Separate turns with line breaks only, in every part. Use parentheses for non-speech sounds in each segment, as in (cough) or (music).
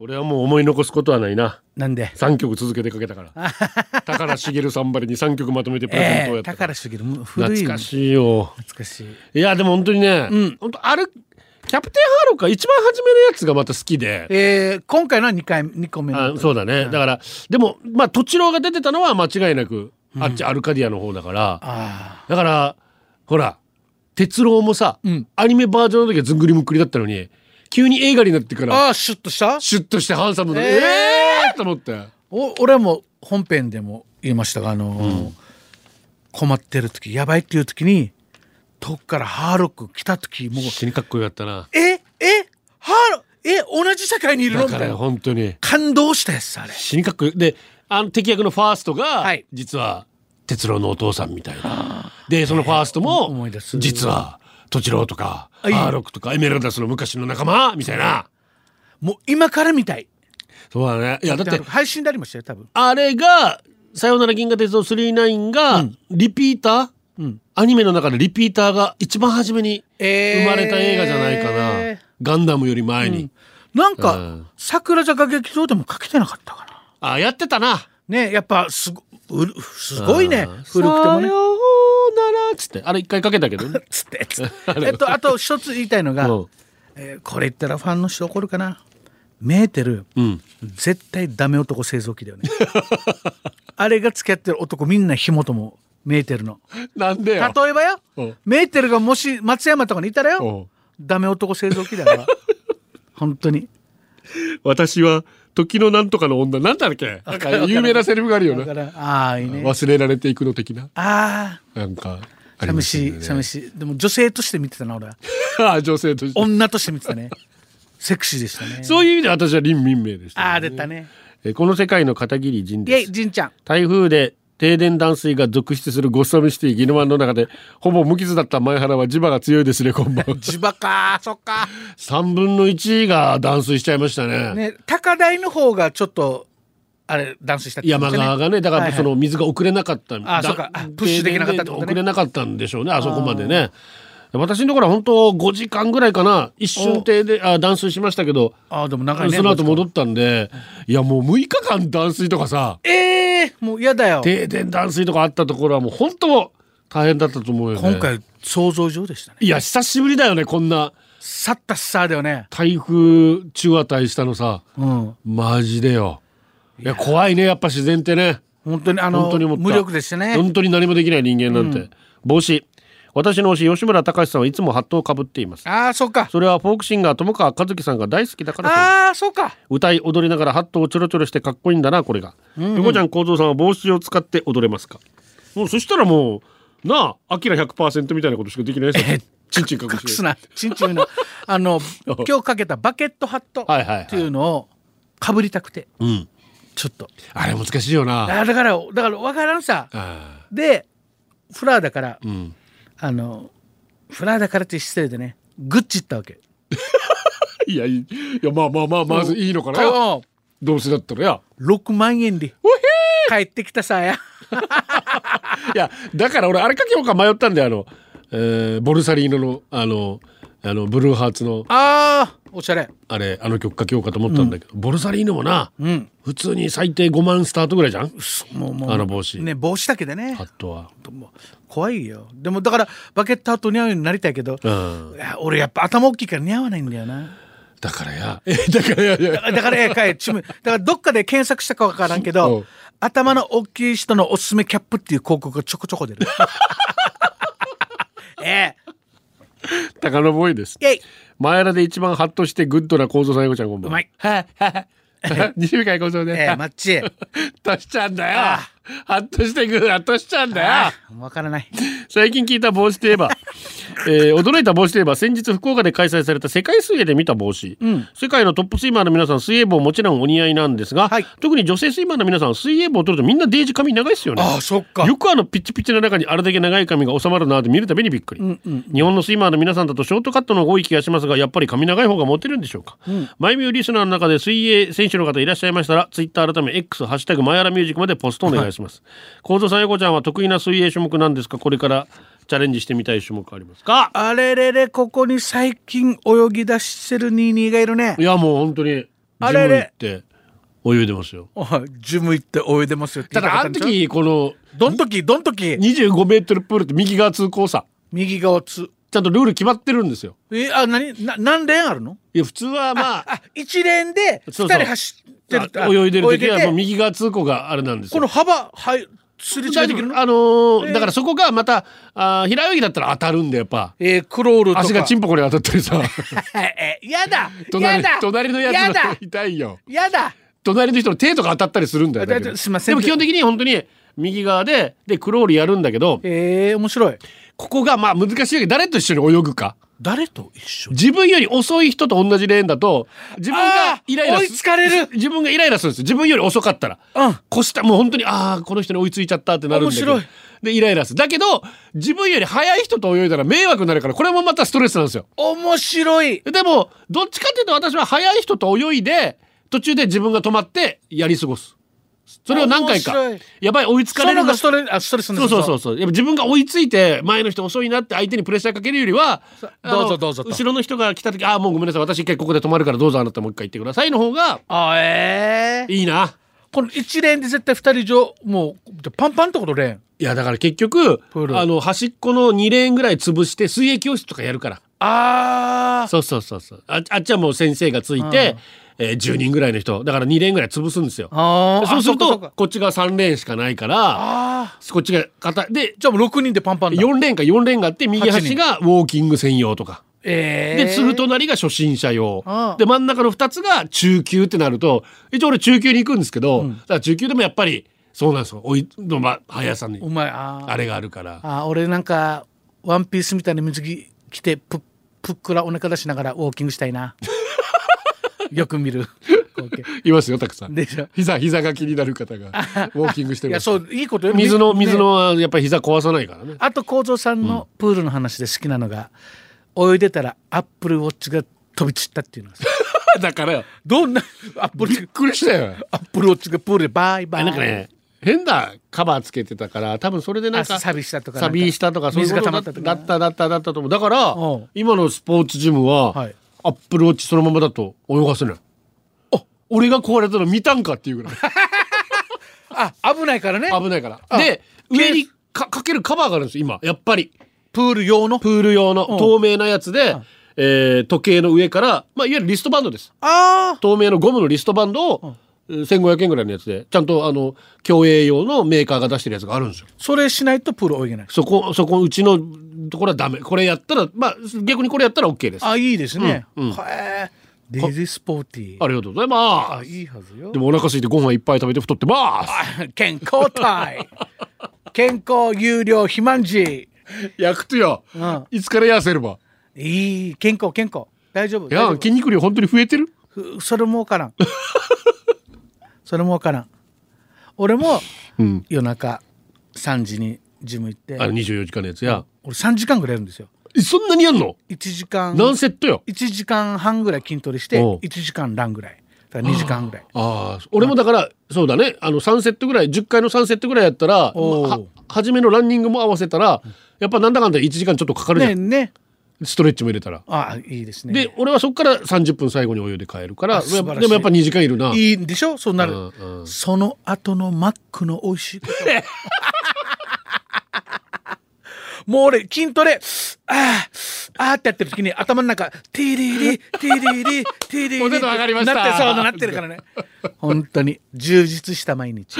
俺はもう思い残すことはないな
なんで
3曲続けてかけたから (laughs) 高茂さんばりに3曲まとめてプレゼントをや
え
っ
ー、
た
だ
か、
からら主義の古い
懐かしいよ
懐かしい
いやでも本当にね、
うん
本当あれキャプテンハーローか一番初めのやつがまた好きで
えー、今回のは2回二個目の
あそうだね、だからでもまあ栃郎が出てたのは間違いなくあっちアルカディアの方だから、
あ
だからほら哲郎もさ、
うん
アニメバージョンの時はずんぐりむっくりだったのに急に映画になってか
ー
ら
あーシュッとした
シュッとしてハンサムで
えー
えー、と思って
お俺も本編でも言いましたがあのー困ってる時やばいっていう時に遠くからハーロック来た時もう
死にかっこよかったな
ええハーロえ同じ社会にいるの
だ
み
か
たい
ら
な
本当に
感動したやつあれ
死にかっこよであの敵役のファーストが、
はい
実は哲郎のお父さんみたいなでそのファースト
うん
も、
思い出す
実は栃郎とか
あいい
ハーロックとかエメラルダスの昔の仲間みたいな
もう今から見たい
そうだねいやだって
配信でありましたよ多分
あれが「さよなら銀河鉄道999」が、リピーター、
ん
アニメの中でリピーターが一番初めに生まれた映画じゃないかな、
え
ガンダムより前に、
ーなんか、
うん
桜坂劇場でもかけてなかったかな
あやってたな
ねやっぱすごうるすごい
あ
ね
ー
古くても
さ
ね
ようならっつってあれ一回かけたけどね
つってつって
(laughs)
えっとあと一つ言いたいのが、
うん
えーこれ言ったらファンの人怒るかなメーテル、
うん
絶対ダメ男製造機だよね (laughs) あれが付き合ってる男みんな紐ともメーテルの
なんでよ
例えばよ
うん
メーテルがもし松山とかにいたら
う
よ
ん
ダメ男製造機だから
(laughs)
本当に
私は時のなんとかの女なんだっけなんか有名なセリフがあるよ
だか
ね
らああいいね
忘れられていくの的な
ああ
なんかありま
寂
すよ
しい、
ね
寂しいでも女性として見てたな俺 (laughs) は
あ女性として
女として見てたねセクシーでしたね
そういう意味で私は林民名でしたね、
ああ出たね
えーこの世界の片桐仁
イ
(laughs)
ェ
で
イ
す
じんちゃん
台風で停電断水が続出するゴッサムシティギノワンの中でほぼ無傷だった前原は磁場が強いですねこんばんは
地場かそっか
3分の1が断水しちゃいましたね
ね、高台の方がちょっとあれダンスしたって言って
山
ましたね
側がねだからそ
はい
の水が遅れなかった、
あそうかあプッシュできなかったってことね
停電で遅れなかったんでしょうねあそこまでね私のところは本当5時間ぐらいかな一瞬停であ断水しましたけど
はいあーでも長いね
その後戻ったんでいやもう6日間断水とかさ
ええもう嫌だよ
停電断水とかあったところはもう本当大変だったと思うよね
今回想像以上でしたね
いや久しぶりだよねこんな
去ったっさーだよね
台風中あたりしたのさ
うん
マジでよいや怖いねやっぱ自然ってね
本当にあの
本当に思った
無力でしたね
本当に何もできない人間なんて、帽子私の推し吉村隆さんはいつもハットをかぶっています
ああそうか
それはフォークシンガー友川和樹さんが大好きだからそうです
ああそうか
歌い踊りながらハットをちょろちょろしてかっこいいんだなこれが横、ちゃん幸三さんは帽子を使って踊れますかもうそしたらもうなあアキラ100%みたいなことしかできないですよ、ちんちん隠
隠
し
す
て
なちんちんの
(laughs)
あの今日かけたバケットハット
はいはいはい
っていうのをかぶりたくて
うん
ちょっと
あれ難しいよな
あーだからだからわからんさ
あ
でフラーだから
ーうん
あのフラーだからって失礼でねグッチ行ったわけ
いやいいいやまあまあまあまずいいのかな、
うん
どうせだったらや
6万円で帰ってきたさや
(laughs) いやだから俺あれかけようか迷ったんであの、えーボルサリーノのあのあのブルーハーツの
あーおしゃれ
あれあの曲かけようかと思ったんだけど、ボルサリーノもな、
うん
普通に最低5万スタートぐらいじゃん
そもうもう
あの帽子
ね帽子だけでね
ハットは。
もう怖いよでもだからバケットハット似合うようになりたいけど、
うん、
いや俺やっぱ頭大きいから似合わないんだよな
だからやえだからやいや
(laughs) だからええかいちむだからどっかで検索したかわからんけど、
うん
頭の大きい人のおすすめキャップっていう広告がちょこちょこ出る (laughs) え
高野ボーイです
えイェイ
前原で一番ハッとしてグッドな構造さん横ちゃんこんばんは
うまい
はは (laughs) は西向井構造で、
ええマッチ
(laughs) ハッとしちゃうんだよ
あ
ハッとしてグッハッとしちゃうんだよ
あーわからない
最近聞いた帽子といえば、えー驚いた帽子といえば先日福岡で開催された世界水泳で見た帽子、
ん
世界のトップスイマーの皆さん水泳帽もちろんお似合いなんですが、
はい
特に女性スイマーの皆さん水泳帽を取るとみんなデージ髪長いですよね
ああそっか
よくあのピッチピチの中にあれだけ長い髪が収まるなって見るたびにびっくり、日本のスイマーの皆さんだとショートカットの方が多い気がしますがやっぱり髪長い方がモテるんでしょうか、マイミューリスナーの中で水泳選手の方いらっしゃいましたらツイッター改め X「ハッシュタグマヤラミュージック」までポストお願いします幸三、さん横ちゃんは得意な水泳種目なんですかこれからチャレンジしてみたい種目ありますか
あれれれここに最近泳ぎ出してるニーニーがいるね
いやもう本当に
あ
ジ
れ
ム行
れ
って泳いでますよ。
おいジム行って泳いでますよって
た
言い
だ
か
あ
ったん
の
でしょ
時この
どんときどんとき
25メートルプールって右側通行さ
右側つ
ちゃんとルール決まってるんですよ。
えあ何な何連あるの
いや普通はまあ
あ一連で二
そうそう
人走ってる
あ泳いでる時はもう
泳いでて
右側通行があれなんです
こ
よ。
の幅はいすれ違いできるの
あのーだからそこがまたあー平泳ぎだったら当たるんでやっぱ
えー、クロールとか
足がチンポコに当たったりさ
(laughs) えやだや
隣
だ
隣のや
や
つが
だ
痛いよ
やだ
隣の人の手とか当たったりするんだよ
だ
だけど
だすいません
でも基本的に本当に右側ででクロールやるんだけど
えー、面白い
ここがまあ難しいわけ誰と一緒に泳ぐか
誰と一緒
自分より遅い人と同じレーンだと自分がイライラ
あー追いつかれる
自分がイライラするんですよ自分より遅かったら
うん
越したもう本当にああこの人に追いついちゃったってなるんだけど
面白い
でイライラするだけど自分より速い人と泳いだら迷惑になるからこれもまたストレスなんですよ
面白い
でもどっちかっていうと私は速い人と泳いで途中で自分が止まってやり過ごすそれを何回か
面白い
やばい追いつか
そ
れ
うな
る
ん
な
かストレあストレス
そうそうそううそうやっぱ自分が追いついて前の人遅いなって相手にプレッシャーかけるよりはあの
どうぞどうぞと
後ろの人が来た時「ああもうごめんなさい私一回ここで止まるからどうぞあなたもう一回行ってください」の方が
あえー、
いいな。
この一連で絶対二人以上もうじゃあパンパンってことレーン
いやだから結局
プール
あの端っこの2レーンぐらい潰して水泳教室とかやるから
あ
そうそうそうそうああっちはもう先生がついて、えー10人ぐらいの人だから2レーンぐらい潰すんですよ
あ
で
ー
そうする
あ
と
っかそっか
こっちが3レーンしかないから
あー
こっちが片で
じゃあもう六人でパンパンだ
4レーンか4レーンがあって右
八
端
人
がウォーキング専用とか。
えー、
で、すぐ隣が初心者用
ああ。
で、真ん中の2つが中級ってなると、一応俺中級に行くんですけど、だから中級でもやっぱり、そうなんですよ。おいの、ま、速さ
お
に、
前あー
あれがあるから。
あー俺なんかワンピースみたいな水着着てぷぷっくらお腹出しながらウォーキングしたい (laughs) なよく見る光景
いますよ、たくさん。
でしょ
(laughs) 膝、膝が気になる方
(laughs)
が、ウォーキングして
い
ま
や
す。
そういいことよ
水の、
ね
水の、やっぱり膝壊さないからね。
(laughs) あと構造さんのプールの話で好きなのが、泳いでたらアップルウォッチが飛び散ったっていうのが
だからよ、
どんなアップ
びっ
ル
くりした
(laughs)
よ。
アップルウォッチがプールでバイバ
あ
イ
なんかね、変なカバーつけてたから、多分それでなんか、
あサビしたとかなんか
サビしたとか、そういう
水
こ
が溜
と
ま
だ
っ
った
た
だ
とか
った、だった、だったと思う。だから
おう、
今のスポーツジム
は、
はいアップルウォッチそのままだと泳がせない。あ、俺が壊れたの見たんかっていうぐらい。
あ危ないからね
危ないから。で、上にかかけるカバーがあるんですよ、今。やっぱり。
プール用の
プール用の
ん
透明なやつで、えー時計の上から、まあ、いわゆるリストバンドです。
あ
透明のゴムのリストバンドを、1500円ぐらいのやつで、ちゃんと、あの、競泳用のメーカーが出してるやつがあるんですよ。
ーそれしないとプール泳げない
そこ、そこ、うちのところはダメ。これやったら、まあ、逆にこれやったら OK です。あ
あいいですね、
うんうん
へえデイジースポーティー
りがとうございま
あいいはずよ
す。でもお腹空いてご飯いっぱい食べて太ってます。
(laughs) 健康体健康有料肥満児
(laughs) 焼くとよ
うん。
いつから痩せれば。
いい健康健康大丈夫
いや、
大丈
筋肉量本当に増えてる
夫ふそれも
(laughs)
わからんそれもわからん俺も
うん。
夜中3時にジム行って
あの24時間のやつや。
俺3時間ぐらいやるんですよ
えそんなにやんの
1時間
何セットよ。
1時間半ぐらい筋トレして
おう
1時間ランぐらいだから2時間ぐらい
ああ、俺もだから、そうだね。あの、3セットぐらい、10回の3セットぐらいやったら、
おー
まあは初めのランニングも合わせたら、やっぱなんだかんだ1時間ちょっとかかるじゃ
ね
ん。
ね
ストレッチも入れたら。
あいいですね
で、俺はそこから30分最後にお湯で帰るから、
あ素晴らしい
でもやっぱ2時間いるな。
いいんでしょそうなる、
うんうん
その後のマックの美味しいこともう俺筋トレあーあーってやってる時に頭の中ティリリティリリティリリ
ポテト上がりました
なってそうなってるからね本当に充実した
(laughs)
毎日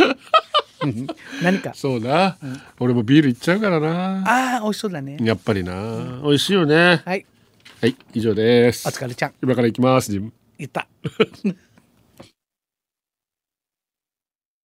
うん何か
そうな、俺もビールいっちゃうからな。
ああ美味しそうだね
やっぱりな、美味しいよね。
はい
はい、以上です。
お疲れちゃん
今から行きます。ジム
いった